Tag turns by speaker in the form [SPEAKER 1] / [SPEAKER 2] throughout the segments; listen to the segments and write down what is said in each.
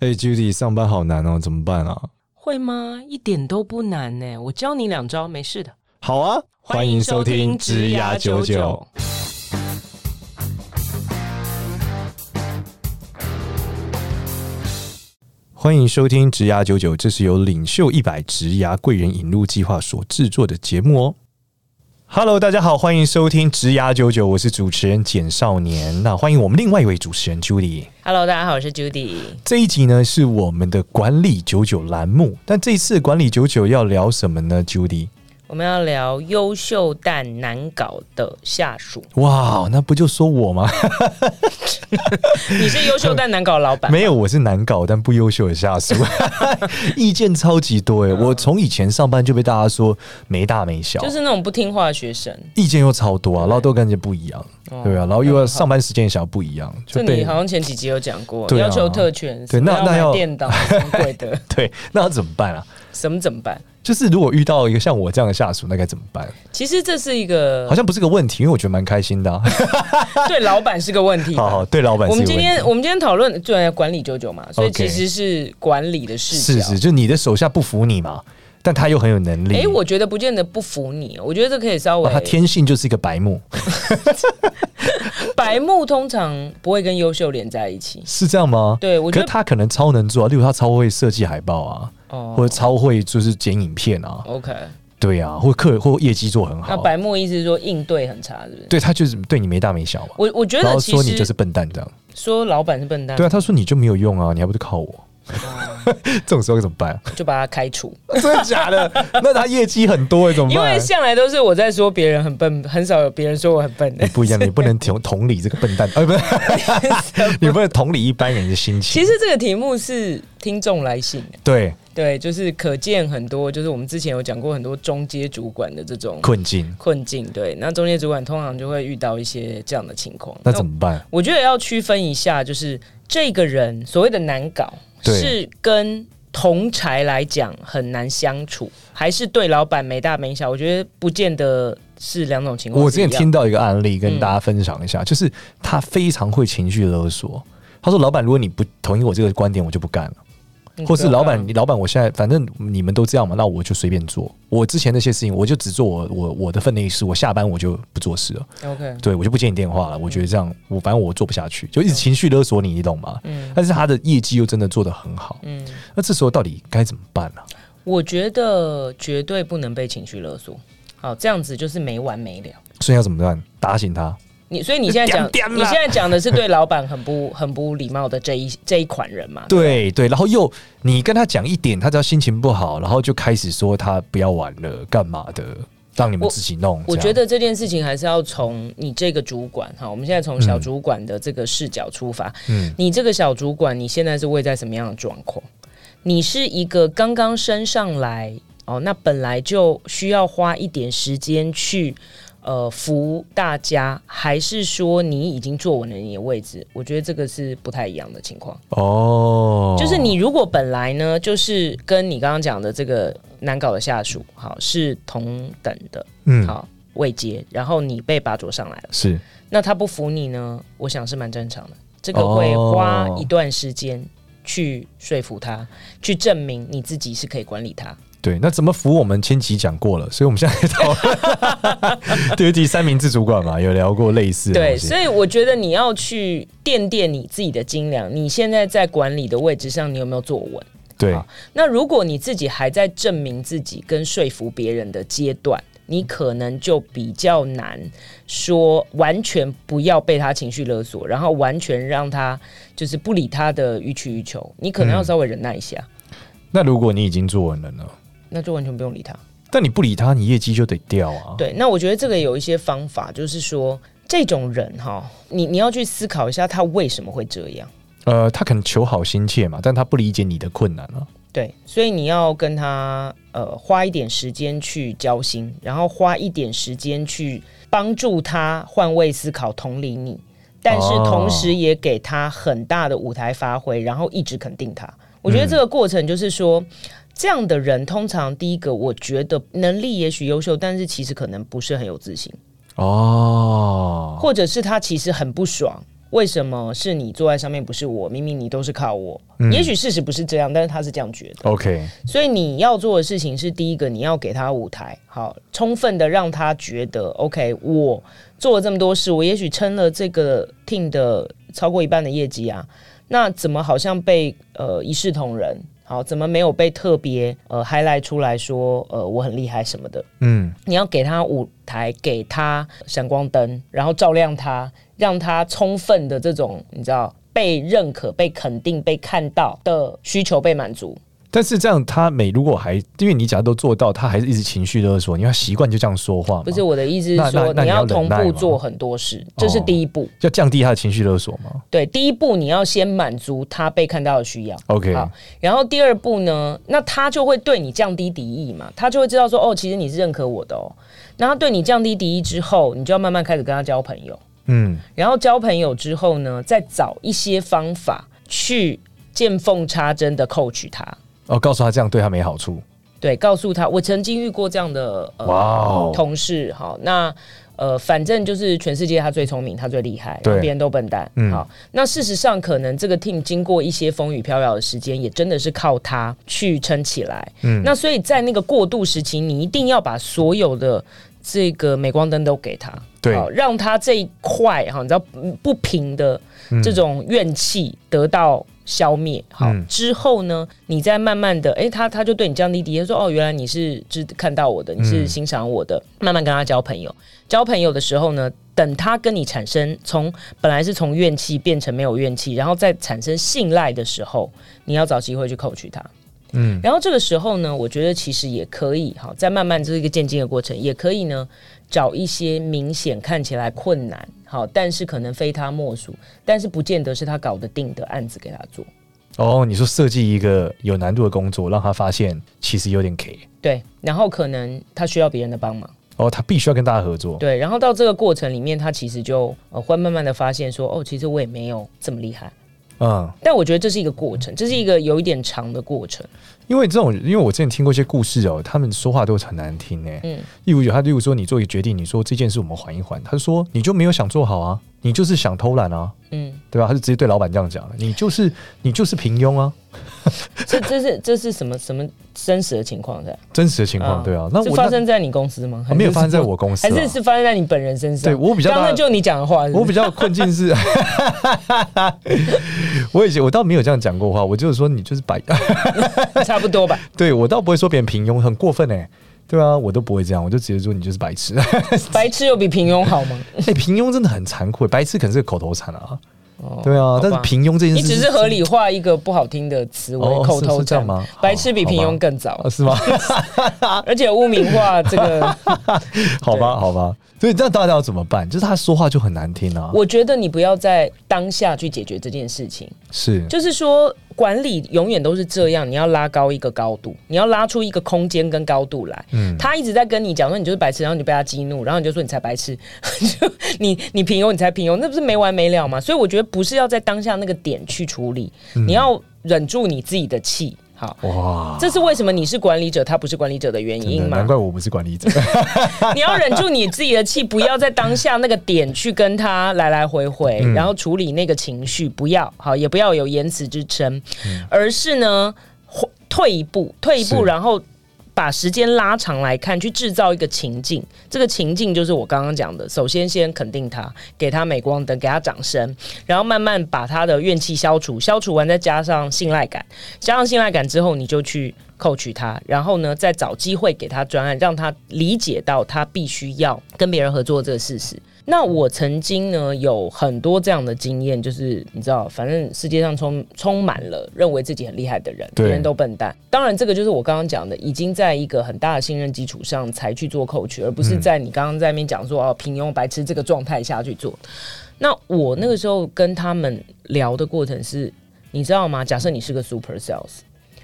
[SPEAKER 1] 哎、j u d y 上班好难哦，怎么办啊？
[SPEAKER 2] 会吗？一点都不难呢、我教你两招，没事的。
[SPEAKER 1] 好啊，欢迎收听《职涯九九》。欢迎收听《职涯九九》，这是由领袖一百职涯贵人引入计划所制作的节目哦。Hello，大家好，欢迎收听《职涯九九》，我是主持人简少年。那欢迎我们另外一位主持人 Judy。
[SPEAKER 2] Hello，大家好，我是 Judy。
[SPEAKER 1] 这一集呢是我们的管理九九栏目，但这一次管理九九要聊什么呢？Judy，
[SPEAKER 2] 我们要聊优秀但难搞的下属。
[SPEAKER 1] 哇，那不就说我吗？
[SPEAKER 2] 你是优秀但难搞的老 板，
[SPEAKER 1] 没有，我是难搞但不优秀的下 属，意见超级多哎！我从以前上班就被大家说没大没小，
[SPEAKER 2] 啊就是那种不听话的学生。
[SPEAKER 1] 意见又超多啊，然后都感觉不一样，
[SPEAKER 2] 哦
[SPEAKER 1] 对啊，然后又要上班时间也想要不一样，
[SPEAKER 2] 这
[SPEAKER 1] 就
[SPEAKER 2] 你
[SPEAKER 1] 被
[SPEAKER 2] 好像前几集有讲过，
[SPEAKER 1] 对啊
[SPEAKER 2] 要求特权，
[SPEAKER 1] 对
[SPEAKER 2] 什么
[SPEAKER 1] 那那
[SPEAKER 2] 要
[SPEAKER 1] 要
[SPEAKER 2] 买 电脑什么鬼的，
[SPEAKER 1] 对，那要怎么办啊？
[SPEAKER 2] 什么怎么办？
[SPEAKER 1] 就是如果遇到一个像我这样的下属，那该怎么办？
[SPEAKER 2] 其实这是一个
[SPEAKER 1] 好像不是个问题，因为我觉得蛮开心 的、啊。
[SPEAKER 2] 对老板是个问题吧。
[SPEAKER 1] 好好，对老板是
[SPEAKER 2] 我们
[SPEAKER 1] 有
[SPEAKER 2] 今
[SPEAKER 1] 问
[SPEAKER 2] 天
[SPEAKER 1] 题
[SPEAKER 2] 我们今天讨论就在管理九九嘛，所以
[SPEAKER 1] OK
[SPEAKER 2] 其实是管理的视角。
[SPEAKER 1] 是是，就你的手下不服你嘛，但他又很有能力。
[SPEAKER 2] 哎、我觉得不见得不服你，我觉得这可以稍微
[SPEAKER 1] 哇。他天性就是一个白目，
[SPEAKER 2] 白目通常不会跟优秀连在一起。
[SPEAKER 1] 是这样吗？
[SPEAKER 2] 对，我
[SPEAKER 1] 可
[SPEAKER 2] 觉
[SPEAKER 1] 是
[SPEAKER 2] 得
[SPEAKER 1] 他可能超能做啊，例如他超会设计海报啊，或
[SPEAKER 2] 哦
[SPEAKER 1] 者超会就是剪影片啊，
[SPEAKER 2] ，OK，
[SPEAKER 1] 对啊，或客或业绩做很
[SPEAKER 2] 那
[SPEAKER 1] 好，
[SPEAKER 2] 白目意思是说应对很差，是不是？
[SPEAKER 1] 对他就是对你没大没小嘛，
[SPEAKER 2] 我我觉
[SPEAKER 1] 然
[SPEAKER 2] 得
[SPEAKER 1] 后
[SPEAKER 2] 其
[SPEAKER 1] 说
[SPEAKER 2] 实
[SPEAKER 1] 你就是笨蛋这样，
[SPEAKER 2] 说老板是笨蛋，
[SPEAKER 1] 对啊，他说你就没有用啊，你还不是靠我， 这种时候怎么办？
[SPEAKER 2] 就把他开除，
[SPEAKER 1] 真的假的？那他业绩很多哎，怎么
[SPEAKER 2] 因为
[SPEAKER 1] 办？
[SPEAKER 2] 向来都是我在说别人很笨， 很少有别人说我很笨 的
[SPEAKER 1] 你。不一样，你不能同同理这个笨蛋，呃，不是， 你不能同理一般人的心情。
[SPEAKER 2] 其实这个题目是听众来信，
[SPEAKER 1] 对
[SPEAKER 2] 对，就是可见很多，就是我们之前有讲过很多中阶主管的这种
[SPEAKER 1] 困境，
[SPEAKER 2] 困境，对，那中介主管通常就会遇到一些这样的情况。
[SPEAKER 1] 那怎么办？
[SPEAKER 2] 我觉得要区分一下，就是这个人所谓的难搞，
[SPEAKER 1] 对
[SPEAKER 2] 是跟同才来讲很难相处，还是对老板没大没小？我觉得不见得是两种情况。
[SPEAKER 1] 我之前
[SPEAKER 2] 是一样
[SPEAKER 1] 听到一个案例，跟
[SPEAKER 2] 嗯
[SPEAKER 1] 大家分享一下，就是他非常会情绪勒索。他说：“老板，如果你不同意我这个观点，我就不干了。
[SPEAKER 2] 嗯
[SPEAKER 1] 或是
[SPEAKER 2] 对啊
[SPEAKER 1] 老板，你老板，我现在反正你们都这样嘛，那我就随便做。我之前那些事情，我就只做我我我的分内事。我下班我就不做事了，
[SPEAKER 2] OK，
[SPEAKER 1] 对我就不接你电话了。我觉得这样，我反正我做不下去，就一直情绪勒索你，你懂吗？
[SPEAKER 2] 嗯
[SPEAKER 1] 但是他的业绩又真的做得很好，
[SPEAKER 2] 嗯，
[SPEAKER 1] 那这时候到底该怎么办啊呢、
[SPEAKER 2] 我觉得绝对不能被情绪勒索。好，这样子就是没完没了。
[SPEAKER 1] 所以要怎么办？打醒他？
[SPEAKER 2] 你所以你现在 讲，
[SPEAKER 1] 点点啦
[SPEAKER 2] 你现在讲的是对老板很不 很不礼貌的这一这一款人嘛？
[SPEAKER 1] 对啊对，然后又你跟他讲一点，他只要心情不好，然后就开始说他不要玩了，干嘛的，让你们
[SPEAKER 2] 我
[SPEAKER 1] 自己弄。
[SPEAKER 2] 我
[SPEAKER 1] 这样
[SPEAKER 2] 觉得这件事情还是要从你这个主管哈，我们现在从小主管的这个视角出发。
[SPEAKER 1] 嗯
[SPEAKER 2] 你这个小主管，你现在是位在什么样的状况？你是一个刚刚升上来哦，那本来就需要花一点时间去呃服务大家，还是说你已经坐稳了你的位置？我觉得这个是不太一样的情况。
[SPEAKER 1] 哦，
[SPEAKER 2] 就是你如果本来呢，就是跟你刚刚讲的这个难搞的下属，好是同等的，
[SPEAKER 1] 嗯
[SPEAKER 2] 好未接，然后你被拔擢上来了，
[SPEAKER 1] 是
[SPEAKER 2] 那他不服你呢，我想是蛮正常的。这
[SPEAKER 1] 哦
[SPEAKER 2] 个会花一段时间去说服他，去证明你自己是可以管理他。
[SPEAKER 1] 对。那怎么服我们前期讲过了，所以我们现在讨论 对第三明治主管嘛，有聊过类似的
[SPEAKER 2] 对，
[SPEAKER 1] 东西。
[SPEAKER 2] 所以我觉得你要去垫垫你自己的斤两，你现在在管理的位置上，你有没有坐稳？
[SPEAKER 1] 对
[SPEAKER 2] 好那如果你自己还在证明自己跟说服别人的阶段，你可能就比较难说完全不要被他情绪勒索，然后完全让他就是不理他的予取予求，你可能
[SPEAKER 1] 嗯
[SPEAKER 2] 要稍微忍耐一下，
[SPEAKER 1] 那如果你已经做完了呢？
[SPEAKER 2] 那就完全不用理他。
[SPEAKER 1] 但你不理他，你业绩就得掉啊。
[SPEAKER 2] 对，那我觉得这个有一些方法，就是说这种人哈，你你要去思考一下他为什么会这样。
[SPEAKER 1] 呃，他可能求好心切嘛，但他不理解你的困难啊。
[SPEAKER 2] 对，所以你要跟他呃花一点时间去交心，然后花一点时间去帮助他换位思考、同理你，但是
[SPEAKER 1] 哦
[SPEAKER 2] 同时也给他很大的舞台发挥，然后一直肯定他。我觉得这个过程就是说。这样的人通常第一个，我觉得能力也许优秀，但是其实可能不是很有自信，
[SPEAKER 1] 哦，
[SPEAKER 2] 或者是他其实很不爽，为什么是你坐在上面，不是我？明明你都是靠我。也许事实不是这样，但是他是这样觉得。
[SPEAKER 1] OK，
[SPEAKER 2] 所以你要做的事情是，第一个你要给他舞台，好，充分的让他觉得，OK，我做了这么多事，我也许撑了这个 team 的超过一半的业绩啊，那怎么好像被呃一视同仁？好，怎么没有被特别呃 highlight 出来说，呃，我很厉害什么的？
[SPEAKER 1] 嗯，
[SPEAKER 2] 你要给他舞台，给他闪光灯，然后照亮他，让他充分的这种你知道被认可、被肯定、被看到的需求被满足。
[SPEAKER 1] 但是这样他每如果还因为你假如都做到，他还是一直情绪勒索，你要习惯就这样说话嘛，
[SPEAKER 2] 不是我的意思
[SPEAKER 1] 那
[SPEAKER 2] 是
[SPEAKER 1] 那
[SPEAKER 2] 说，
[SPEAKER 1] 那
[SPEAKER 2] 你
[SPEAKER 1] 你要
[SPEAKER 2] 要
[SPEAKER 1] 忍
[SPEAKER 2] 同
[SPEAKER 1] 耐吗
[SPEAKER 2] 步做很多事，这是第一步。
[SPEAKER 1] 要降低他的情绪勒索嘛
[SPEAKER 2] 对，第一步你要先满足他被看到的需要。
[SPEAKER 1] ？OK，
[SPEAKER 2] 好，然后第二步呢，那他就会对你降低敌意嘛，他就会知道说，哦，其实你是认可我的哦。那他对你降低敌意之后，你就要慢慢开始跟他交朋友。
[SPEAKER 1] 嗯，
[SPEAKER 2] 然后交朋友之后呢，再找一些方法去见缝插针的扣取他。
[SPEAKER 1] 哦，告诉他这样对他没好处。
[SPEAKER 2] 对，告诉他，我曾经遇过这样的呃
[SPEAKER 1] 哇哦
[SPEAKER 2] 同事，好，那呃，反正就是全世界他最聪明，他最厉害，然后
[SPEAKER 1] 对
[SPEAKER 2] 别人都笨蛋，
[SPEAKER 1] 嗯
[SPEAKER 2] 好，那事实上可能这个 team 经过一些风雨飘摇的时间，也真的是靠他去撑起来，嗯，那所以在那个过渡时期，你一定要把所有的。这个镁光灯都给他，
[SPEAKER 1] 对
[SPEAKER 2] 好让他这一块哈，你知道嗯不平的这种怨气得到消灭。好、
[SPEAKER 1] 嗯
[SPEAKER 2] 之后呢，你再慢慢的，哎、他他就对你降低敌意，他说哦，原来你是知看到我的，你
[SPEAKER 1] 嗯
[SPEAKER 2] 是欣赏我的，慢慢跟他交朋友。交朋友的时候呢，等他跟你产生从本来是从怨气变成没有怨气，然后再产生信赖的时候，你要找机会去扣取他。
[SPEAKER 1] 嗯，
[SPEAKER 2] 然后这个时候呢，我觉得其实也可以哈，在慢慢这是一个渐进的过程，也可以呢找一些明显看起来困难，好，但是可能非他莫属，但是不见得是他搞得定的案子给他做。
[SPEAKER 1] 哦，你说设计一个有难度的工作，让他发现其实有点 K，
[SPEAKER 2] 对，然后可能他需要别人的帮忙，
[SPEAKER 1] 哦，他必须要跟大家合作。
[SPEAKER 2] 对，然后到这个过程里面，他其实就呃会慢慢的发现说，哦，其实我也没有这么厉害。
[SPEAKER 1] 嗯，
[SPEAKER 2] 但我觉得这是一个过程，这是一个有一点长的过程。
[SPEAKER 1] 因为这种，因为我之前听过一些故事哦，他们说话都很难听哎、
[SPEAKER 2] 嗯
[SPEAKER 1] 例如有他，例如说你做一个决定，你说这件事我们缓一缓，他就说你就没有想做好啊，你就是想偷懒啊，
[SPEAKER 2] 嗯，
[SPEAKER 1] 对吧？他就直接对老板这样讲，你就是你就是平庸啊，
[SPEAKER 2] 这这是这是什么什么真实的情况在？
[SPEAKER 1] 真实的情况、对啊。那
[SPEAKER 2] 嗯是
[SPEAKER 1] 我
[SPEAKER 2] 发
[SPEAKER 1] 那、
[SPEAKER 2] 生在你公司吗？还
[SPEAKER 1] 啊没有
[SPEAKER 2] 是
[SPEAKER 1] 发生在
[SPEAKER 2] 什么
[SPEAKER 1] 我公司、
[SPEAKER 2] 还
[SPEAKER 1] 啊，
[SPEAKER 2] 是是发生在你本人身上？
[SPEAKER 1] 对我比较大
[SPEAKER 2] 刚刚就你讲的话是不是
[SPEAKER 1] 我比较困境是， 我以前我倒没有这样讲过话，我就是说你就是摆，
[SPEAKER 2] 差不多吧。
[SPEAKER 1] 对我倒不会说别人平庸，很过分哎、对啊，我都不会这样，我就直接说你就是白痴。
[SPEAKER 2] 白痴有比平庸好吗？
[SPEAKER 1] 哎、平庸真的很残酷、欸白痴可能是个口头禅啊，
[SPEAKER 2] 哦
[SPEAKER 1] 对啊
[SPEAKER 2] 好吧，
[SPEAKER 1] 但是平庸这件事，
[SPEAKER 2] 你只是合理化一个不好听的词为
[SPEAKER 1] 哦
[SPEAKER 2] 口
[SPEAKER 1] 是
[SPEAKER 2] 头
[SPEAKER 1] 是这样
[SPEAKER 2] 禅
[SPEAKER 1] 吗
[SPEAKER 2] 白痴比
[SPEAKER 1] 好
[SPEAKER 2] 平
[SPEAKER 1] 好
[SPEAKER 2] 庸
[SPEAKER 1] 吧
[SPEAKER 2] 更早
[SPEAKER 1] 啊，是 吗？
[SPEAKER 2] 而且污名化这 个，
[SPEAKER 1] 好吧，好吧，所以这样大家要怎么办？就是他说话就很难听啊，
[SPEAKER 2] 我觉得你不要在当下去解决这件事情。
[SPEAKER 1] 是
[SPEAKER 2] 就是说，管理永远都是这样，你要拉高一个高度，你要拉出一个空间跟高度来。
[SPEAKER 1] 嗯
[SPEAKER 2] 他一直在跟你讲说你就是白痴，然后你就被他激怒，然后你就说你才白痴， 就你你平庸，你才平庸，那不是没完没了吗？所以我觉得不是要在当下那个点去处理，
[SPEAKER 1] 嗯
[SPEAKER 2] 你要忍住你自己的气。好，
[SPEAKER 1] 哇，
[SPEAKER 2] 这是为什么你是管理者，他不是管理者的原
[SPEAKER 1] 真
[SPEAKER 2] 因
[SPEAKER 1] 的
[SPEAKER 2] 嘛
[SPEAKER 1] 难？怪我不是管 理者，
[SPEAKER 2] 你要忍住你自己的气，不要在当下那个点去跟他来来回回，
[SPEAKER 1] 嗯
[SPEAKER 2] 然后处理那个情绪，不要好，也不要有言辞之争，而是呢或退一步，退一步，
[SPEAKER 1] 嗯是
[SPEAKER 2] 然后。把时间拉长来看，去制造一个情境。这个情境就是我刚刚讲的，首先先肯定他，给他镁光灯，给他掌声，然后慢慢把他的怨气消除，消除完再加上信赖感，加上信赖感之后，你就去扣取他，然后呢，再找机会给他专案，让他理解到他必须要跟别人合作这个事实。那我曾经呢有很多这样的经验，就是你知道，反正世界上充充满了认为自己很厉害的人，
[SPEAKER 1] 对
[SPEAKER 2] 别人都笨蛋。当然，这个就是我刚刚讲的，已经在一个很大的信任基础上才去做扣取，而不是在你刚刚在那边讲说哦平庸白痴这个状态下去做。那我那个时候跟他们聊的过程是，你知道吗？假设你是个 super sales，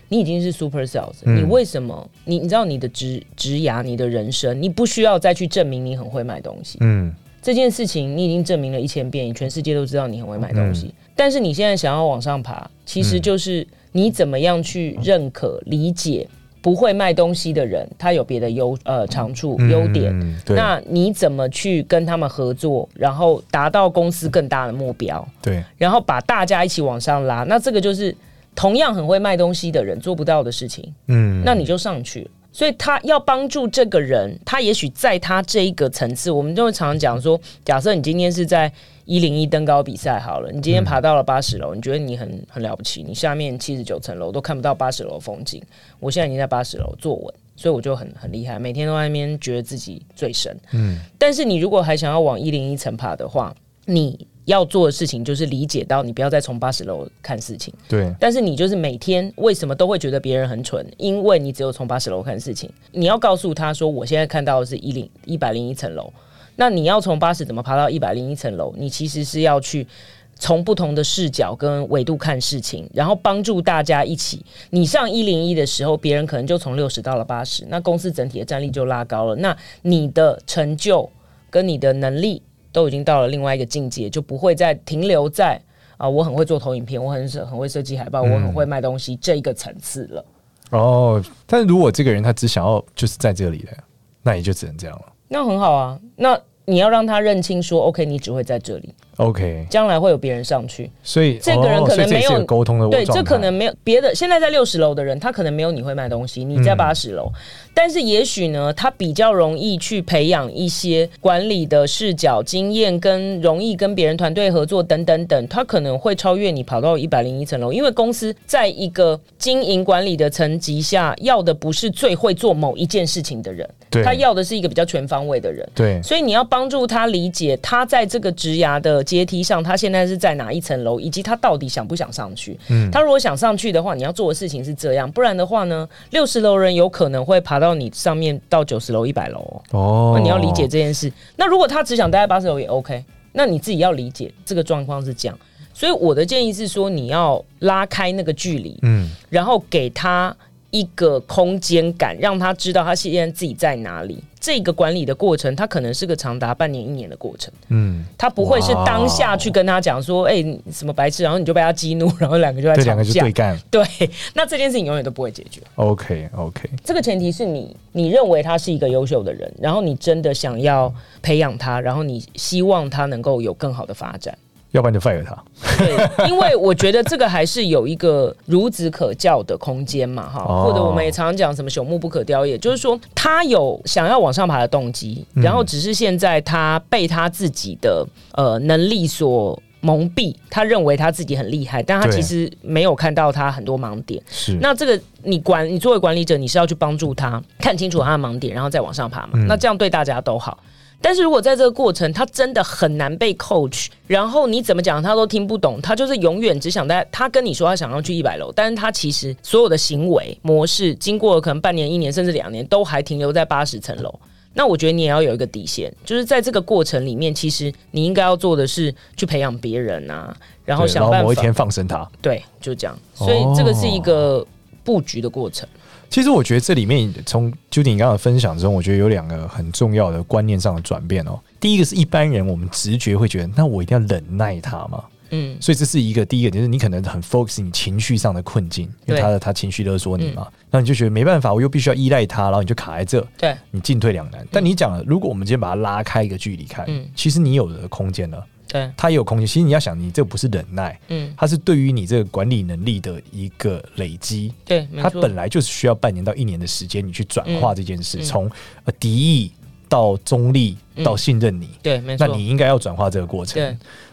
[SPEAKER 2] 你已经是 super sales，、
[SPEAKER 1] 嗯
[SPEAKER 2] 你为什么？你你知道你的职职涯、你的人生，你不需要再去证明你很会卖东西。
[SPEAKER 1] 嗯，
[SPEAKER 2] 这件事情你已经证明了一千遍，全世界都知道你很会买东
[SPEAKER 1] 嗯
[SPEAKER 2] 西。但是你现在想要往上爬，其实就是你怎么样去认可、理解。不会卖东西的人，他有别的优呃长处优点。
[SPEAKER 1] 嗯、对
[SPEAKER 2] 那你怎么去跟他们合作，然后达到公司更大的目标，
[SPEAKER 1] 对
[SPEAKER 2] 然后把大家一起往上拉？那这个就是同样很会卖东西的人做不到的事情，
[SPEAKER 1] 嗯，
[SPEAKER 2] 那你就上去了。所以他要帮助这个人，他也许在他这一个层次，我们就会常常讲说，假设你今天是在一零一登高比赛好了，你今天爬到了八十楼，你觉得你很很了不起，你下面七十九层楼都看不到八十楼的风景，我现在已经在八十楼坐稳，所以我就很很厉害，每天都在那边觉得自己最神。嗯，但是你如果还想要往一零一层爬的话，你要做的事情就是理解到，你不要再从八十楼看事情。
[SPEAKER 1] 对
[SPEAKER 2] 但是你就是每天为什么都会觉得别人很蠢？因为你只有从八十楼看事情，你要告诉他说，我现在看到的是一零一百零一层楼，那你要从八十怎么爬到一百零一层楼？你其实是要去。从不同的视角跟维度看事情，然后帮助大家一起。你上一零一的时候，别人可能就从六十到了八十，那公司整体的战力就拉高了。那你的成就跟你的能力都已经到了另外一个境界，就不会再停留在啊、我很会做投影片，我很设很会设计海报，我很会卖东西这一个层次了。
[SPEAKER 1] 哦，但是如果这个人他只想要就是在这里的，那也就只能这样了。
[SPEAKER 2] 那很好啊，那你要让他认清说，OK，你只会在这里，
[SPEAKER 1] OK，
[SPEAKER 2] 将来会有别人上去。
[SPEAKER 1] 所以
[SPEAKER 2] 这个人
[SPEAKER 1] 哦
[SPEAKER 2] 可能
[SPEAKER 1] 所以这也是
[SPEAKER 2] 没有
[SPEAKER 1] 个沟通的
[SPEAKER 2] 对，
[SPEAKER 1] 状
[SPEAKER 2] 这
[SPEAKER 1] 态
[SPEAKER 2] 可能没有别的。现在在六十楼的人，他可能没有你会卖东西，
[SPEAKER 1] 嗯
[SPEAKER 2] 你在八十楼，但是也许呢，他比较容易去培养一些管理的视角、经验，跟容易跟别人团队合作等等等，他可能会超越你跑到一百零一层楼，因为公司在一个经营管理的层级下，要的不是最会做某一件事情的人，
[SPEAKER 1] 对
[SPEAKER 2] 他要的是一个比较全方位的人。
[SPEAKER 1] 对
[SPEAKER 2] 所以你要帮助他理解他在这个职涯的阶梯上，他现在是在哪一层楼，以及他到底想不想上去。他如果想上去的话，你要做的事情是这样，不然的话呢，六十楼人有可能会爬到你上面到九十楼、一百楼哦。
[SPEAKER 1] 哦
[SPEAKER 2] 那你要理解这件事。那如果他只想待在八十楼也 OK，那你自己要理解这个状况是这样。所以我的建议是说，你要拉开那个距离，
[SPEAKER 1] 嗯
[SPEAKER 2] 然后给他一个空间感，让他知道他现在自己在哪里。这个管理的过程，它可能是个长达半年、一年的过程，
[SPEAKER 1] 嗯，
[SPEAKER 2] 他不会是
[SPEAKER 1] 哇哦
[SPEAKER 2] 当下去跟他讲说：“哎、你什么白痴”，然后你就被他激怒，然后两个就在
[SPEAKER 1] 这
[SPEAKER 2] 吵
[SPEAKER 1] 两个就
[SPEAKER 2] 架。
[SPEAKER 1] 对干。
[SPEAKER 2] 对，那这件事情永远都不会解决。
[SPEAKER 1] OK OK，
[SPEAKER 2] 这个前提是你你认为他是一个优秀的人，然后你真的想要培养他，然后你希望他能够有更好的发展。
[SPEAKER 1] 要不然就 fire 他。
[SPEAKER 2] 对，因为我觉得这个还是有一个孺子可教的空间嘛，哈，
[SPEAKER 1] 哦
[SPEAKER 2] 或者我们也常常讲什么朽木不可雕，也就是说他有想要往上爬的动机，
[SPEAKER 1] 嗯
[SPEAKER 2] 然后只是现在他被他自己的呃能力所。蒙蔽，他认为他自己很厉害，但他
[SPEAKER 1] 对
[SPEAKER 2] 其实没有看到他很多盲点。
[SPEAKER 1] 是
[SPEAKER 2] 那这个你管，你作为管理者，你是要去帮助他看清楚他的盲点，然后再往上爬嘛。
[SPEAKER 1] 嗯
[SPEAKER 2] 那这样对大家都好。但是如果在这个过程，他真的很难被 coach，然后你怎么讲他都听不懂，他就是永远只想在他跟你说他想要去一百楼，但是他其实所有的行为模式，经过可能半年、一年甚至两年，都还停留在八十层楼。那我觉得你也要有一个底线，就是在这个过程里面，其实你应该要做的是去培养别人啊，然后
[SPEAKER 1] 对
[SPEAKER 2] 想
[SPEAKER 1] 然
[SPEAKER 2] 办
[SPEAKER 1] 后某
[SPEAKER 2] 法。
[SPEAKER 1] 一天放生他。
[SPEAKER 2] 对，就这样。所以这个是一个
[SPEAKER 1] 哦
[SPEAKER 2] 布局的过程。
[SPEAKER 1] 其实我觉得这里面从 Judy 你刚刚的分享中，我觉得有两个很重要的观念上的转变哦。第一个是一般人我们直觉会觉得，那我一定要忍耐他嘛，
[SPEAKER 2] 嗯，
[SPEAKER 1] 所以这是一个第一个，就是你可能很 focus 你情绪上的困境，因为
[SPEAKER 2] 对嗯
[SPEAKER 1] 他的他情绪勒索你嘛，那你就觉得没办法，我又必须要依赖他，然后你就卡在这，
[SPEAKER 2] 对，
[SPEAKER 1] 你进退两难。但你讲了，如果我们今天把它拉开一个距离看，
[SPEAKER 2] 嗯
[SPEAKER 1] 其实你有的空间了，
[SPEAKER 2] 对，
[SPEAKER 1] 他也有空间。其实你要想，你这不是忍耐，
[SPEAKER 2] 嗯，
[SPEAKER 1] 它是对于你这个管理能力的一个累积。
[SPEAKER 2] 对，没
[SPEAKER 1] 它
[SPEAKER 2] 错
[SPEAKER 1] 本。来就是需要半年到一年的时间，你去转化这件事，
[SPEAKER 2] 嗯
[SPEAKER 1] 从、呃敌意到中立到信任你，
[SPEAKER 2] 对，没
[SPEAKER 1] 那
[SPEAKER 2] 错。
[SPEAKER 1] 你应该要转化这个过程。
[SPEAKER 2] 对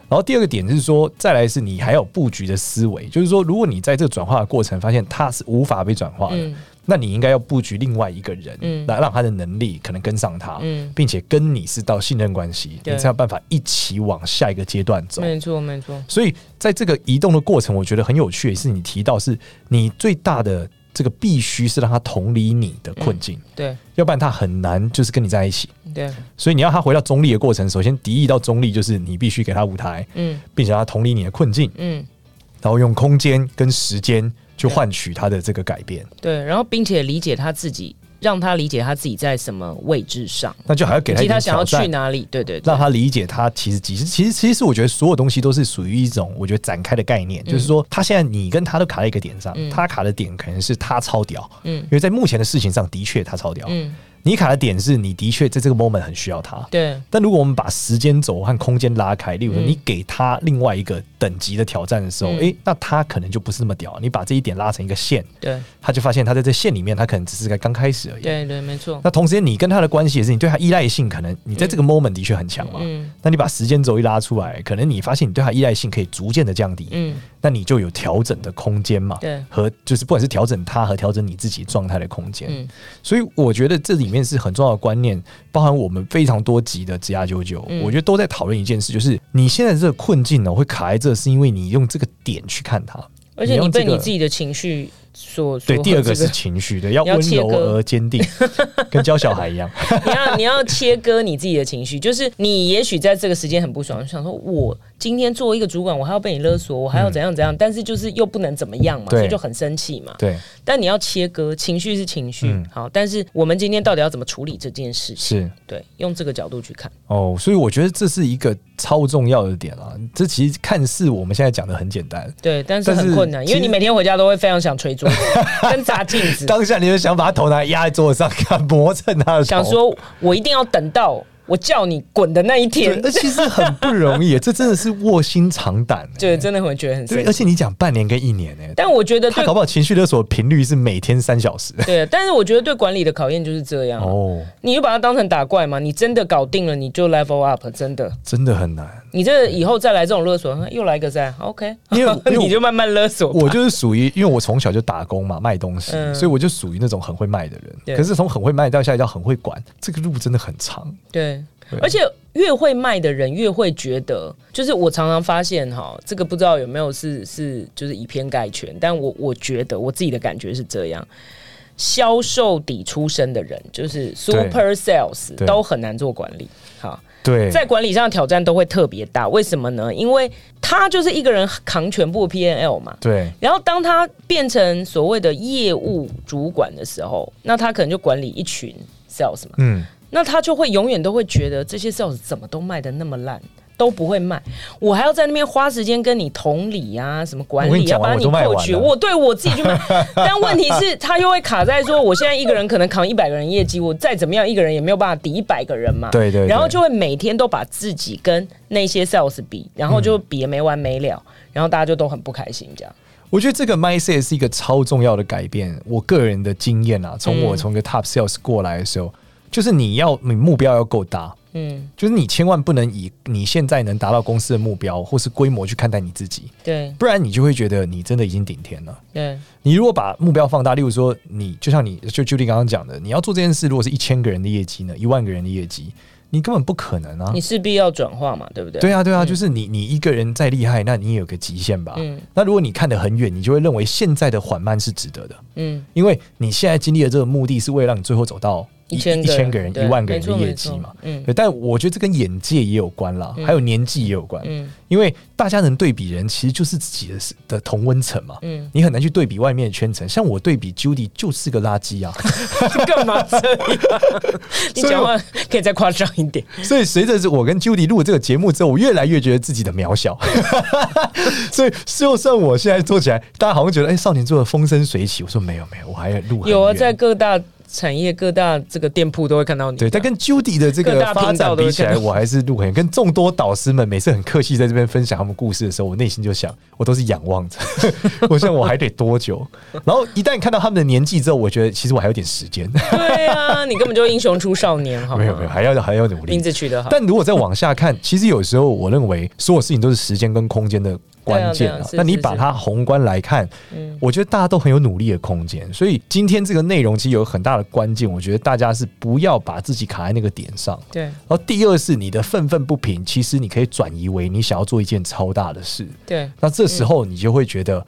[SPEAKER 1] 然后第二个点是说，再来是你还有布局的思维，就是说，如果你在这个转化的过程发现它是无法被转化的，
[SPEAKER 2] 嗯
[SPEAKER 1] 那你应该要布局另外一个人，
[SPEAKER 2] 嗯
[SPEAKER 1] 来让他的能力可能跟上他，
[SPEAKER 2] 嗯，
[SPEAKER 1] 并且跟你是到信任关系，
[SPEAKER 2] 对
[SPEAKER 1] 你才有办法一起往下一个阶段走。
[SPEAKER 2] 没错，没错。
[SPEAKER 1] 所以在这个移动的过程，我觉得很有趣，也是你提到是你最大的这个必须是让他同理你的困境，
[SPEAKER 2] 对，
[SPEAKER 1] 要不然他很难就是跟你在一起。
[SPEAKER 2] 对，
[SPEAKER 1] 所以你要他回到中立的过程，首先敌意到中立就是你必须给他舞台，
[SPEAKER 2] 嗯
[SPEAKER 1] 并且让他同理你的困境，
[SPEAKER 2] 嗯，
[SPEAKER 1] 然后用空间跟时间去换取他的这个改变。
[SPEAKER 2] 对。然后，并且理解他自己让他理解他自己在什么位置上，
[SPEAKER 1] 那就还要给
[SPEAKER 2] 以
[SPEAKER 1] 他一
[SPEAKER 2] 及
[SPEAKER 1] 点
[SPEAKER 2] 他想要
[SPEAKER 1] 挑战
[SPEAKER 2] 去哪里。对对对
[SPEAKER 1] 让，他理解他其实其实其实其实我觉得所有东西都是属于一种我觉得展开的概
[SPEAKER 2] 嗯
[SPEAKER 1] 念，就是说他现在你跟他都卡在一个点上，他卡的点可能是他超屌，
[SPEAKER 2] 嗯
[SPEAKER 1] 因为在目前的事情上的确他超屌，
[SPEAKER 2] 嗯，
[SPEAKER 1] 你卡的点是你的确在这个 moment 很需要他。
[SPEAKER 2] 对，
[SPEAKER 1] 但如果我们把时间轴和空间拉开，例如说你给他另外一个等级的挑战的时候，
[SPEAKER 2] 嗯
[SPEAKER 1] 诶，那他可能就不是那么屌。你把这一点拉成一个线，
[SPEAKER 2] 对，
[SPEAKER 1] 他就发现他在这线里面，他可能只是个刚开始而已。
[SPEAKER 2] 对对，没错。
[SPEAKER 1] 那同时间，你跟他的关系也是，你对他依赖性可能你在这个 moment 的确很强嘛，
[SPEAKER 2] 嗯
[SPEAKER 1] 那你把时间轴一拉出来，可能你发现你对它依赖性可以逐渐的降低，
[SPEAKER 2] 嗯，
[SPEAKER 1] 那你就有调整的空间嘛？
[SPEAKER 2] 对
[SPEAKER 1] 和就是不管是调整它和调整你自己状态的空间。
[SPEAKER 2] 嗯
[SPEAKER 1] 所以我觉得这里面是很重要的观念，包含我们非常多集的职涯九九，
[SPEAKER 2] 嗯
[SPEAKER 1] 我觉得都在讨论一件事，就是你现在这个困境呢会卡在这，是因为你用这个点去看它。
[SPEAKER 2] 而且
[SPEAKER 1] 你
[SPEAKER 2] 你
[SPEAKER 1] 用
[SPEAKER 2] 被
[SPEAKER 1] 这个
[SPEAKER 2] 你自己的情绪所
[SPEAKER 1] 对，
[SPEAKER 2] 所
[SPEAKER 1] 第二个
[SPEAKER 2] 这
[SPEAKER 1] 是情绪的，要
[SPEAKER 2] 要
[SPEAKER 1] 温
[SPEAKER 2] 切
[SPEAKER 1] 柔
[SPEAKER 2] 割
[SPEAKER 1] 而坚 定，跟教小孩一样。
[SPEAKER 2] 你要你要切割你自己的情绪，就是你也许在这个时间很不爽，就想说我今天作为一个主管，我还要被你勒索，我还要怎样怎样，但是就是又不能怎么样嘛，
[SPEAKER 1] 嗯对
[SPEAKER 2] 所以就很生气嘛。
[SPEAKER 1] 对，
[SPEAKER 2] 但你要切割，情绪是情绪，
[SPEAKER 1] 嗯
[SPEAKER 2] 好，但是我们今天到底要怎么处理这件事情？
[SPEAKER 1] 是。
[SPEAKER 2] 对，用这个角度去看，
[SPEAKER 1] 哦，所以我觉得这是一个超重要的点啊。这其实看似我们现在讲的很简单，
[SPEAKER 2] 对，但是
[SPEAKER 1] 但是
[SPEAKER 2] 很困难，因为
[SPEAKER 1] 其
[SPEAKER 2] 你
[SPEAKER 1] 实
[SPEAKER 2] 每天回家都会非常想 捶桌子跟砸镜子，
[SPEAKER 1] 当下你就想把他头拿来压在桌子上，给他磨蹭他的头
[SPEAKER 2] 想。说我一定要等到我叫你滚的那一
[SPEAKER 1] 对
[SPEAKER 2] 天，，
[SPEAKER 1] 那其实很不容易，这真的是卧薪尝 胆欸。
[SPEAKER 2] 对，真的会觉得很生
[SPEAKER 1] 对，
[SPEAKER 2] 气
[SPEAKER 1] 而。且你讲半年跟一年呢，
[SPEAKER 2] 但我觉得
[SPEAKER 1] 他
[SPEAKER 2] 对
[SPEAKER 1] 搞不好情绪勒索的频率是每天三小时。
[SPEAKER 2] 对，但是我觉得对管理的考验就是这样啊。
[SPEAKER 1] 哦，
[SPEAKER 2] 你就把它当成打怪嘛，你真的搞定了，你就 level up，真的，
[SPEAKER 1] 真的很难。
[SPEAKER 2] 你这以后再来这种勒索，又来一个再 OK，
[SPEAKER 1] 因为因为我
[SPEAKER 2] 你就慢慢勒索吧。
[SPEAKER 1] 我就是属于，因为我从小就打工嘛，卖东西，
[SPEAKER 2] 嗯
[SPEAKER 1] 所以我就属于那种很会卖的人。
[SPEAKER 2] 对
[SPEAKER 1] 可是从很会卖到现在叫很会管，这个路真的很长。
[SPEAKER 2] 对
[SPEAKER 1] 对，啊
[SPEAKER 2] 而且越会卖的人越会觉得，就是我常常发现哈，这个不知道有没有是是就是以偏概全，但我我觉得我自己的感觉是这样。销售底出身的人，就是
[SPEAKER 1] 对
[SPEAKER 2] super sales
[SPEAKER 1] 对
[SPEAKER 2] 都很难做管理。好，
[SPEAKER 1] 对，
[SPEAKER 2] 在管理上的挑战都会特别大，为什么呢？因为他就是一个人扛全部 P N L 嘛。
[SPEAKER 1] 对，
[SPEAKER 2] 然后当他变成所谓的业务主管的时候，那他可能就管理一群 sales 嘛。
[SPEAKER 1] 嗯，
[SPEAKER 2] 那他就会永远都会觉得这些 sales 怎么都卖的那么烂，都不会卖，我还要在那边花时间跟你同理啊，什么管
[SPEAKER 1] 我跟你
[SPEAKER 2] 理啊，
[SPEAKER 1] 讲完
[SPEAKER 2] 把
[SPEAKER 1] 我
[SPEAKER 2] 你
[SPEAKER 1] 都卖
[SPEAKER 2] 扣
[SPEAKER 1] 完
[SPEAKER 2] 取，
[SPEAKER 1] 了
[SPEAKER 2] 我对我自己 去卖。但问题是，他又会卡在说，我现在一个人可能扛一百个人业绩，我再怎么样一个人也没有办法抵一百个人嘛。
[SPEAKER 1] 对对对
[SPEAKER 2] 然后就会每天都把自己跟那些 sales 比，然后
[SPEAKER 1] 嗯
[SPEAKER 2] 就比得没完没了，然后大家就都很不开心这样。
[SPEAKER 1] 我觉得这个 mindset 是一个超重要的改变。我个人的经验啊，从
[SPEAKER 2] 嗯
[SPEAKER 1] 我从一个 top sales 过来的时候，就是你要你目标要够大，
[SPEAKER 2] 嗯，
[SPEAKER 1] 就是你千万不能以你现在能达到公司的目标或是规模去看待你自己，
[SPEAKER 2] 对
[SPEAKER 1] 不然你就会觉得你真的已经顶天了。
[SPEAKER 2] 对
[SPEAKER 1] 你如果把目标放大，例如说你就像你就 Judy 刚刚讲的，你要做这件事，如果是一千个人的业绩呢，一万个人的业绩，你根本不可能啊
[SPEAKER 2] 你。势必要转化嘛，对不对？
[SPEAKER 1] 对啊，对啊，就是你你一个人再厉害，那你也有个极限吧。
[SPEAKER 2] 嗯
[SPEAKER 1] 那如果你看得很远，你就会认为现在的缓慢是值得的。
[SPEAKER 2] 嗯，
[SPEAKER 1] 因为你现在经历的这个目的是为了让你最后走到
[SPEAKER 2] 一千
[SPEAKER 1] 一千个人、
[SPEAKER 2] 对
[SPEAKER 1] 一万个人
[SPEAKER 2] 没
[SPEAKER 1] 的
[SPEAKER 2] 错
[SPEAKER 1] 业
[SPEAKER 2] 没
[SPEAKER 1] 绩
[SPEAKER 2] 错
[SPEAKER 1] 嘛。
[SPEAKER 2] 嗯
[SPEAKER 1] 对，但我觉得这跟眼界也有关啦，还有年纪也有关，
[SPEAKER 2] 嗯
[SPEAKER 1] 因为大家能对比人，其实就是自己的的同温层嘛。
[SPEAKER 2] 嗯。
[SPEAKER 1] 你很难去对比外面的圈层，像我对比 Judy 就是个垃圾啊，
[SPEAKER 2] 干嘛这样？你
[SPEAKER 1] 所以
[SPEAKER 2] 讲
[SPEAKER 1] 我
[SPEAKER 2] 话可以再夸张一点。
[SPEAKER 1] 所以随着是我跟 Judy 录这个节目之后，我越来越觉得自己的渺小， 所以就算我现在做起来，大家好像觉得哎、少年做的风生水起，我说没有没有，我还路很
[SPEAKER 2] 有啊，
[SPEAKER 1] 远
[SPEAKER 2] 在各大产业、各大这个店铺都会看到你。
[SPEAKER 1] 对，但跟 Judy 的这
[SPEAKER 2] 啊各
[SPEAKER 1] 个
[SPEAKER 2] 大
[SPEAKER 1] 发
[SPEAKER 2] 频道
[SPEAKER 1] 展
[SPEAKER 2] 都
[SPEAKER 1] 比
[SPEAKER 2] 会
[SPEAKER 1] 起来，
[SPEAKER 2] 看到
[SPEAKER 1] 我还是路很远。跟众多导师们每次很客气在这边分享他们故事的时候，我内心就想，我都是仰望着， 我想我还得多 久？然后一旦看到他们的年纪之后，我觉得其实我还有点时 间，
[SPEAKER 2] 对啊，你根本就英雄出少年，好吗
[SPEAKER 1] 没有没有，还要还要努
[SPEAKER 2] 名
[SPEAKER 1] 力。
[SPEAKER 2] 字取得好。
[SPEAKER 1] 但如果再往下看，其实有时候我认为所有事情都是时间跟空间的关键
[SPEAKER 2] 对啊对啊是
[SPEAKER 1] 那你
[SPEAKER 2] 是
[SPEAKER 1] 把
[SPEAKER 2] 是
[SPEAKER 1] 它宏观来看，
[SPEAKER 2] 嗯
[SPEAKER 1] 我觉得大家都很有努力的空间。所以今天这个内容其实有很大的关键，我觉得大家是不要把自己卡在那个点上。
[SPEAKER 2] 对
[SPEAKER 1] 然后第二是你的愤愤不平，其实你可以转移为你想要做一件超大的事。
[SPEAKER 2] 对
[SPEAKER 1] 那这时候你就会觉得，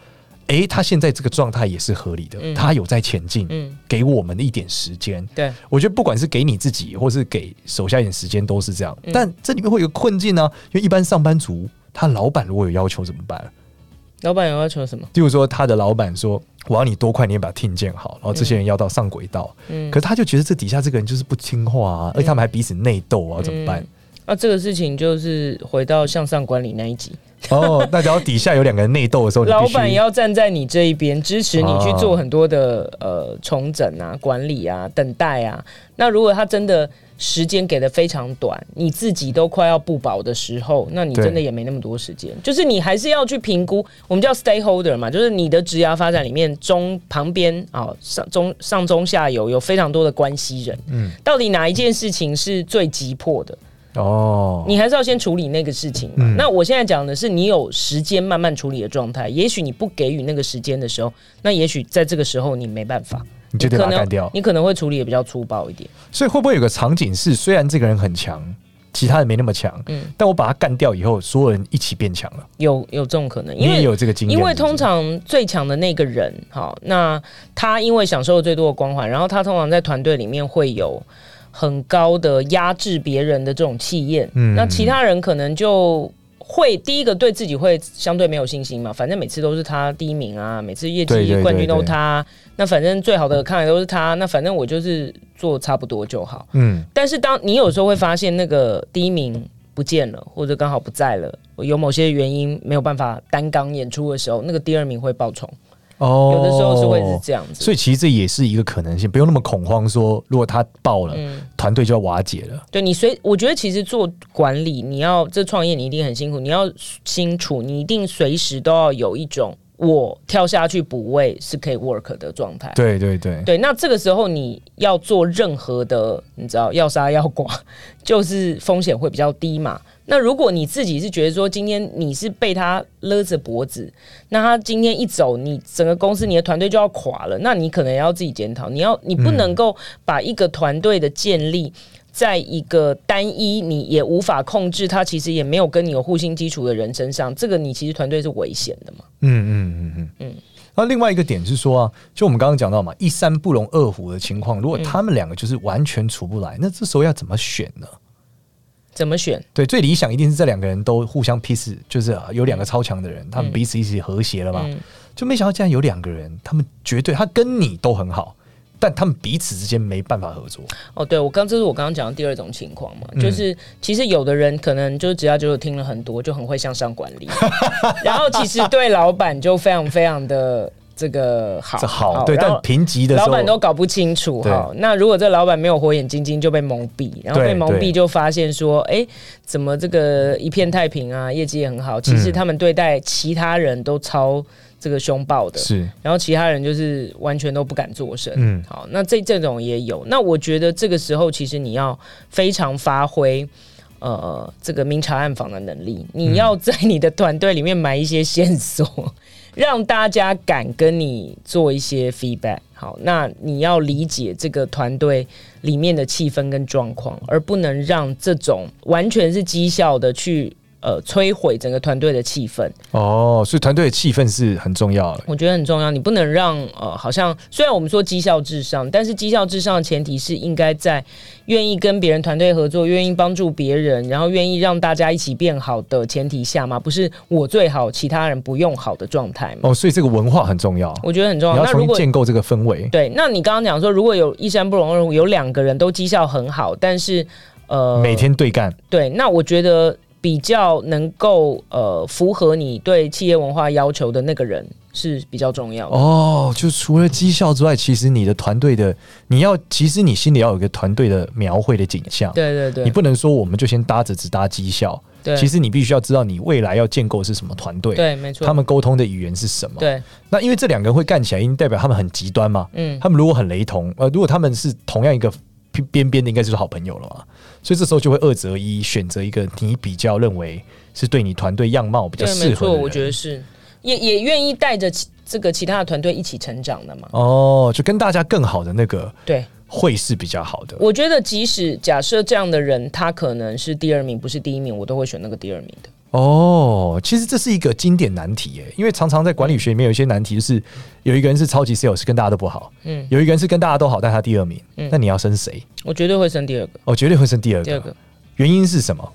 [SPEAKER 1] 诶，他现在这个状态也是合理的，
[SPEAKER 2] 嗯
[SPEAKER 1] 他有在前进，
[SPEAKER 2] 嗯
[SPEAKER 1] 给我们一点时间。
[SPEAKER 2] 对
[SPEAKER 1] 我觉得不管是给你自己，或是给手下一点时间，都是这啊
[SPEAKER 2] 嗯
[SPEAKER 1] 样。但这里面会有个困境呢、因为一般上班族，他老板如果有要求怎么办？
[SPEAKER 2] 老板有要求什么？
[SPEAKER 1] 例如说，他的老板说：“我要你多快点把 team 建好。”然后这些人要到上轨道，
[SPEAKER 2] 嗯
[SPEAKER 1] 可是他就觉得这底下这个人就是不听话啊，而且他们还彼此内斗啊，怎么办？
[SPEAKER 2] 那、这个事情就是回到向上管理那一集，
[SPEAKER 1] 哦，那只要底下有两个人内斗的时候，你必
[SPEAKER 2] 老
[SPEAKER 1] 须啊
[SPEAKER 2] 板要站在你这一边，支持你去做很多的、呃重整啊、管理啊、等待啊。那如果他真的时间给的非常短，你自己都快要不保的时候，那你
[SPEAKER 1] 对
[SPEAKER 2] 真的也没那么多时间。就是你还是要去评估，我们叫 stakeholder 嘛，就是你的职涯发展里面中旁边啊、上中上中下游有非常多的关系人，嗯，到底哪一件事情是最急迫的？
[SPEAKER 1] 哦，
[SPEAKER 2] 你还是要先处理那个事情嘛。
[SPEAKER 1] 嗯
[SPEAKER 2] 那我现在讲的是，你有时间慢慢处理的状态。也许你不给予那个时间的时候，那也许在这个时候你没办法，
[SPEAKER 1] 你就得
[SPEAKER 2] 可
[SPEAKER 1] 把他
[SPEAKER 2] 能
[SPEAKER 1] 干掉。
[SPEAKER 2] 你可能会处理的比较粗暴一点。
[SPEAKER 1] 所以会不会有个场景是，虽然这个人很强，其他人没那么强，
[SPEAKER 2] 嗯
[SPEAKER 1] 但我把他干掉以后，所有人一起变强了。
[SPEAKER 2] 有有这种可能，
[SPEAKER 1] 你
[SPEAKER 2] 因
[SPEAKER 1] 也
[SPEAKER 2] 为
[SPEAKER 1] 有这个经验，
[SPEAKER 2] 因为通
[SPEAKER 1] 是不
[SPEAKER 2] 常最强的那个人，好，那他因为享受最多的光环，然后他通常在团队里面会有。很高的压制别人的这种气焰，
[SPEAKER 1] 嗯
[SPEAKER 2] 那其他人可能就会第一个对自己会相对没有信心嘛，反正每次都是他第一名啊，每次业
[SPEAKER 1] 对对
[SPEAKER 2] 绩
[SPEAKER 1] 对
[SPEAKER 2] 冠军都
[SPEAKER 1] 对
[SPEAKER 2] 他啊，那反正最好的看来都是他，那反正我就是做差不多就好。
[SPEAKER 1] 是嗯，
[SPEAKER 2] 但是当你有时候会发现那个第一名不见了，或者刚好不在了，有某些原因没有办法担纲演出的时候，那个第二名会爆冲，
[SPEAKER 1] 哦，
[SPEAKER 2] 有的时候是会是这样子。
[SPEAKER 1] 所以其实这也是一个可能性，不用那么恐慌说如果他爆了，
[SPEAKER 2] 嗯，
[SPEAKER 1] 团队就要瓦解了。
[SPEAKER 2] 对你随，我觉得其实做管理，你要这创业，你一定很辛苦，你要清楚，你一定随时都要有一种我跳下去补位是可以 work 的状态。
[SPEAKER 1] 对对对，
[SPEAKER 2] 对，那这个时候你要做任何的，你知道要杀要剐，就是风险会比较低嘛。那如果你自己是觉得说今天你是被他勒着脖子，那他今天一走，你整个公司你的团队就要垮了，那你可能要自己检讨，你要你不能够把一个团队的建立。在一个单一你也无法控制，他其实也没有跟你有互信基础的人身上，这个你其实团队是危险的嘛？
[SPEAKER 1] 嗯嗯嗯嗯嗯。那另外一个点是说啊，就我们刚刚讲到嘛，一山不容二虎的情况，如
[SPEAKER 2] 嗯
[SPEAKER 1] 果他们两个就是完全处不来，那这时候要怎么选呢？
[SPEAKER 2] 怎么选？
[SPEAKER 1] 对，最理想一定是这两个人都互相 peace，就是啊有两个超强的人，他们彼此一起和谐了嘛。
[SPEAKER 2] 嗯
[SPEAKER 1] 就没想到竟然有两个人，他们绝对他跟你都很好，但他们彼此之间没办法合作。
[SPEAKER 2] 哦，对，我刚这是我刚刚讲的第二种情况嘛，
[SPEAKER 1] 嗯
[SPEAKER 2] 就是其实有的人可能就是只要就是听了很多，就很会向上管 理，然后其实对老板就非常非常的这个好，
[SPEAKER 1] 这好对，
[SPEAKER 2] 然
[SPEAKER 1] 但
[SPEAKER 2] 后
[SPEAKER 1] 评级的时
[SPEAKER 2] 老
[SPEAKER 1] 候，
[SPEAKER 2] 板都搞不清楚
[SPEAKER 1] 对
[SPEAKER 2] 哈。那如果这老板没有火眼金睛，就被蒙蔽，然后
[SPEAKER 1] 对
[SPEAKER 2] 被蒙
[SPEAKER 1] 对
[SPEAKER 2] 蔽就发现说，哎，怎么这个一片太平啊，业绩也很好，其实
[SPEAKER 1] 嗯
[SPEAKER 2] 他们对待其他人都超这个凶暴的，
[SPEAKER 1] 是
[SPEAKER 2] 然后其他人就是完全都不敢作声。
[SPEAKER 1] 嗯
[SPEAKER 2] 好，那这这种也有。那我觉得这个时候，其实你要非常发挥。呃，这个明察暗访的能力，你要在你的团队里面埋一些线索，让大家敢跟你做一些 feedback。好，那你要理解这个团队里面的气氛跟状况，而不能让这种完全是绩效的去呃摧毁整个团队的气氛。
[SPEAKER 1] 哦，所以团队的气氛是很重要的。
[SPEAKER 2] 我觉得很重要，你不能让呃，好像虽然我们说绩效至上，但是绩效至上的前提是应该在愿意跟别人团队合作、愿意帮助别人，然后愿意让大家一起变好的前提下嘛，不是我最好，其他人不用好的状态嘛。
[SPEAKER 1] 哦，所以这个文化很重要，
[SPEAKER 2] 我觉得很重
[SPEAKER 1] 你
[SPEAKER 2] 要。
[SPEAKER 1] 要
[SPEAKER 2] 那
[SPEAKER 1] 重新
[SPEAKER 2] 如果
[SPEAKER 1] 建构这个氛围。
[SPEAKER 2] 对，那你刚刚讲说，如果有一山不容二虎，有两个人都绩效很好，但是呃，
[SPEAKER 1] 每天对干，
[SPEAKER 2] 对，那我觉得比较能够呃符合你对企业文化要求的那个人是比较重要的。
[SPEAKER 1] 哦，就除了绩效之外，其实你的团队的，你要其实你心里要有一个团队的描绘的景象，
[SPEAKER 2] 对对对，
[SPEAKER 1] 你不能说我们就先搭着只搭绩效，
[SPEAKER 2] 对，
[SPEAKER 1] 其实你必须要知道你未来要建构是什么团队，
[SPEAKER 2] 对，没错，
[SPEAKER 1] 他们沟通的语言是什么。
[SPEAKER 2] 对，
[SPEAKER 1] 那因为这两个人会干起来，因代表他们很极端嘛，
[SPEAKER 2] 嗯，
[SPEAKER 1] 他们如果很雷同，呃，如果他们是同样一个边边边的，应该就是好朋友了嘛。所以这时候就会二择一，选择一个你比较认为是对你团队样貌比较
[SPEAKER 2] 对，
[SPEAKER 1] 适
[SPEAKER 2] 没
[SPEAKER 1] 合
[SPEAKER 2] 错，
[SPEAKER 1] 的
[SPEAKER 2] 我
[SPEAKER 1] 人
[SPEAKER 2] 觉得是，也也愿意带着其这个其他的团队一起成长的嘛。
[SPEAKER 1] 哦，就跟大家更好的那个
[SPEAKER 2] 对，
[SPEAKER 1] 会是比较好的。
[SPEAKER 2] 我觉得即使假设这样的人，他可能是第二名，不是第一名，我都会选那个第二名的。
[SPEAKER 1] 哦，其实这是一个经典难题耶，因为常常在管理学里面有一些难题，就是有一个人是超级 sales，跟大家都不好，
[SPEAKER 2] 嗯，
[SPEAKER 1] 有一个人是跟大家都好，但他第二名，
[SPEAKER 2] 嗯
[SPEAKER 1] 那你要升谁？
[SPEAKER 2] 我绝对会生第二个，
[SPEAKER 1] 哦，绝对会升第二
[SPEAKER 2] 第二
[SPEAKER 1] 个。
[SPEAKER 2] 个
[SPEAKER 1] 原因是什么？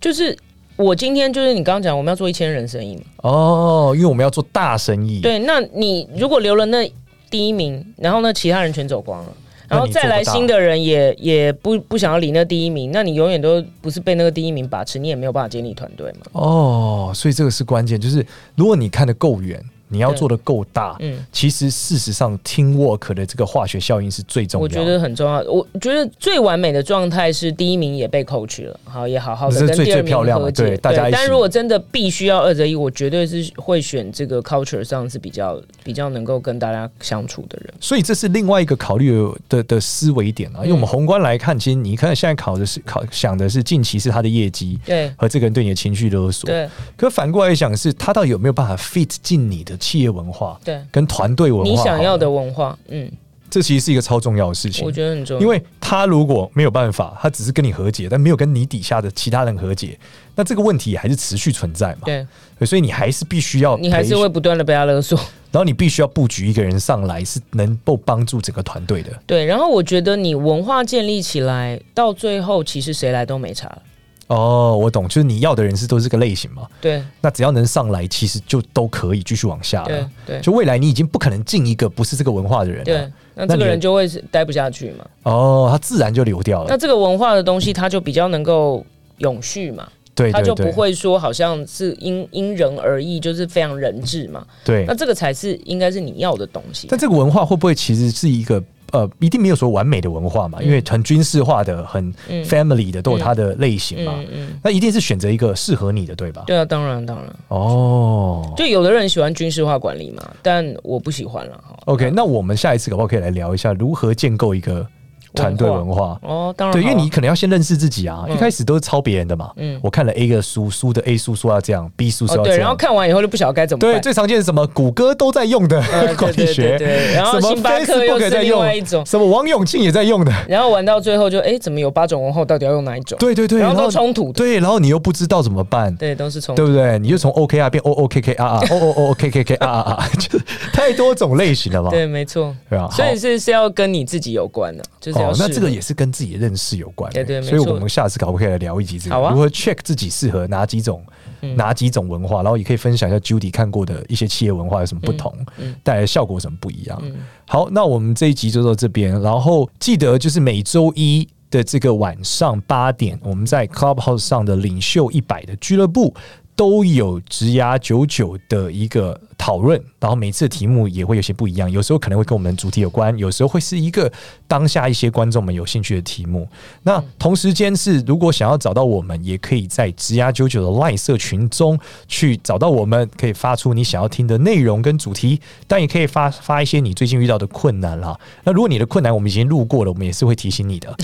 [SPEAKER 2] 就是我今天就是你刚刚讲，我们要做一千人生意嘛。
[SPEAKER 1] 哦，因为我们要做大生意，
[SPEAKER 2] 对，那你如果留了那第一名，然后呢，其他人全走光了。然后
[SPEAKER 1] 那你
[SPEAKER 2] 再
[SPEAKER 1] 做不
[SPEAKER 2] 来
[SPEAKER 1] 大
[SPEAKER 2] 新的人也也不不想要理那第一名，那你永远都不是被那个第一名把持，你也没有办法建立团队嘛。
[SPEAKER 1] 哦，所以这个是关键，就是如果你看得够远，你要做得够大，
[SPEAKER 2] 嗯，
[SPEAKER 1] 其实事实上 team work 的这个化学效应是最重要
[SPEAKER 2] 我
[SPEAKER 1] 的。
[SPEAKER 2] 觉得很重要。我觉得最完美的状态是第一名也被扣去了，好也好好
[SPEAKER 1] 这是
[SPEAKER 2] 的跟
[SPEAKER 1] 最
[SPEAKER 2] 第二
[SPEAKER 1] 最漂
[SPEAKER 2] 名
[SPEAKER 1] 亮
[SPEAKER 2] 和
[SPEAKER 1] 的
[SPEAKER 2] 解。
[SPEAKER 1] 对大家一起
[SPEAKER 2] 但如果真的必须要二择一，我绝对是会选这个 culture 上是比较比较能够跟大家相处的人。
[SPEAKER 1] 所以这是另外一个考虑的的的思维点啊，
[SPEAKER 2] 嗯
[SPEAKER 1] 因为我们宏观来看，其实你看现在考的是考想的是近期是他的业绩
[SPEAKER 2] 对
[SPEAKER 1] 和这个人对你的情绪勒索，
[SPEAKER 2] 对
[SPEAKER 1] 可反过来想是他到底有没有办法 fit 进你的企业文化
[SPEAKER 2] 对，
[SPEAKER 1] 跟团队文化？
[SPEAKER 2] 你想要的，文化，嗯，
[SPEAKER 1] 这其实是一个超重要的事情
[SPEAKER 2] 我。觉得很重要。
[SPEAKER 1] 因为他如果没有办法，他只是跟你和解，但没有跟你底下的其他人和解，那这个问题还是持续存在嘛？
[SPEAKER 2] 对
[SPEAKER 1] 对，所以你还是必须要，
[SPEAKER 2] 你还是会，不断的被他 勒索。
[SPEAKER 1] 然后你必须要布局一个人上来，是能够帮助整个团队的。
[SPEAKER 2] 对，然后我觉得你文化建立起来，到最后其实谁来都没差了。
[SPEAKER 1] 哦，我懂，就是你要的人是都是这个类型嘛？
[SPEAKER 2] 对
[SPEAKER 1] 那只要能上来，其实就都可以继续往下
[SPEAKER 2] 对
[SPEAKER 1] 了。
[SPEAKER 2] 对
[SPEAKER 1] 就未来你已经不可能进一个不是这个文化的人了
[SPEAKER 2] 对，那这
[SPEAKER 1] 那
[SPEAKER 2] 个
[SPEAKER 1] 你
[SPEAKER 2] 人就会是待不下去嘛。
[SPEAKER 1] 哦，他自然就流掉
[SPEAKER 2] 那
[SPEAKER 1] 了。
[SPEAKER 2] 这个文化的东西，它就比较能够永续嘛，
[SPEAKER 1] 对
[SPEAKER 2] 它
[SPEAKER 1] 对
[SPEAKER 2] 就不
[SPEAKER 1] 对，
[SPEAKER 2] 会说好像是因因人而异，就是非常人治嘛。
[SPEAKER 1] 对
[SPEAKER 2] 那。这个才是应该是你要的东西。
[SPEAKER 1] 但这个文化会不会其实是一个呃，一定没有说完美的文化嘛？
[SPEAKER 2] 嗯
[SPEAKER 1] 因为很军事化的、很
[SPEAKER 2] 嗯
[SPEAKER 1] family 的都有它的类型嘛。
[SPEAKER 2] 嗯嗯，
[SPEAKER 1] 那一定是选择一个适合你的，对吧？
[SPEAKER 2] 对啊，当然当然，
[SPEAKER 1] 哦。
[SPEAKER 2] 就有的人喜欢军事化管理嘛，但我不喜欢了哈。
[SPEAKER 1] OK，那我们下一次搞不好可以来聊一下如何建构一个团队文化。
[SPEAKER 2] 哦，当然
[SPEAKER 1] 对，因为
[SPEAKER 2] 好啊
[SPEAKER 1] 你可能要先认识自己啊，
[SPEAKER 2] 嗯
[SPEAKER 1] 一开始都是抄别人的嘛。
[SPEAKER 2] 嗯
[SPEAKER 1] 我看了 A 个书，书的 A 书说要这样，B 书说
[SPEAKER 2] 哦
[SPEAKER 1] 要
[SPEAKER 2] 对，
[SPEAKER 1] 这
[SPEAKER 2] 然后
[SPEAKER 1] 样。
[SPEAKER 2] 看完以后就不晓得该怎么
[SPEAKER 1] 对，
[SPEAKER 2] 办。
[SPEAKER 1] 最常见是什么？谷歌都在 用的
[SPEAKER 2] 呃
[SPEAKER 1] 管理
[SPEAKER 2] 对对对
[SPEAKER 1] 学，
[SPEAKER 2] 对然
[SPEAKER 1] 什
[SPEAKER 2] 后
[SPEAKER 1] 么
[SPEAKER 2] 星巴克又
[SPEAKER 1] Facebook 也
[SPEAKER 2] 是
[SPEAKER 1] 在
[SPEAKER 2] 另
[SPEAKER 1] 用
[SPEAKER 2] 外一种，
[SPEAKER 1] 什么王永庆也在用的。
[SPEAKER 2] 然后玩到最后就哎，诶怎么有八种文化，到底要用哪一种？
[SPEAKER 1] 对对对，
[SPEAKER 2] 然后都冲突的，
[SPEAKER 1] 对，然后你又不知道怎么办，
[SPEAKER 2] 对，都是冲
[SPEAKER 1] 对
[SPEAKER 2] 突。
[SPEAKER 1] 不对？你就从 OKR 变 OOKKR O 啊 O O 哦 K K 啊 K R R R，就是太多种类型了嘛，
[SPEAKER 2] 对，没错，
[SPEAKER 1] 啊对吧？
[SPEAKER 2] 所以
[SPEAKER 1] 好
[SPEAKER 2] 是是要跟你自己有关的，就是要
[SPEAKER 1] 哦，
[SPEAKER 2] 适合、
[SPEAKER 1] 那这个也是跟自己的认识有关，
[SPEAKER 2] 对对没
[SPEAKER 1] 所以
[SPEAKER 2] 错
[SPEAKER 1] 我们下次可不可以来聊一集这
[SPEAKER 2] 好
[SPEAKER 1] 个
[SPEAKER 2] 啊
[SPEAKER 1] 如何 check 自己适合哪几种
[SPEAKER 2] 嗯
[SPEAKER 1] 哪几种文化，然后也可以分享一下 Judy 看过的一些企业文化有什么不同
[SPEAKER 2] 嗯嗯，
[SPEAKER 1] 带来的效果有什么不一样。
[SPEAKER 2] 嗯
[SPEAKER 1] 好，那我们这一集就到这边，然后记得就是每周一。的这个晚上八点，我们在 Clubhouse 上的领袖一百的俱乐部都有职涯九九的一个讨论，然后每次的题目也会有些不一样，有时候可能会跟我们主题有关，有时候会是一个当下一些观众们有兴趣的题目。那
[SPEAKER 2] 嗯
[SPEAKER 1] 同时间是，如果想要找到我们，也可以在职涯九九的 LINE 社群中去找到我们，可以发出你想要听的内容跟主题，但也可以发发一些你最近遇到的困难啦。那如果你的困难我们已经路过了，我们也是会提醒你 的。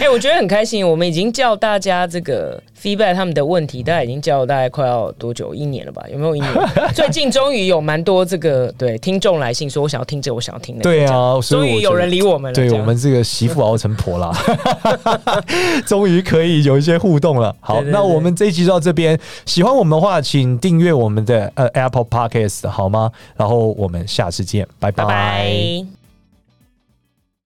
[SPEAKER 2] 哎、我觉得很开心，我们已经叫大家这个 feedback 他们的问题，大家已经叫了大概快要多久？一年了吧？有没有一年？ 最近终于有蛮多这个对听众来信说，我想要听这个，我想要听那个。
[SPEAKER 1] 对
[SPEAKER 2] 这样，
[SPEAKER 1] 啊，所以
[SPEAKER 2] 终
[SPEAKER 1] 我觉
[SPEAKER 2] 于有
[SPEAKER 1] 得
[SPEAKER 2] 人理我们了。
[SPEAKER 1] 对
[SPEAKER 2] 这
[SPEAKER 1] 我
[SPEAKER 2] 样
[SPEAKER 1] 们这个媳妇熬成婆啦， 终于可以有一些互动了。 好，
[SPEAKER 2] 对对对
[SPEAKER 1] 那我们这一集就到这边，喜欢我们的话，请订阅我们的呃 Apple Podcast 好吗？然后我们下次见，拜
[SPEAKER 2] 拜拜。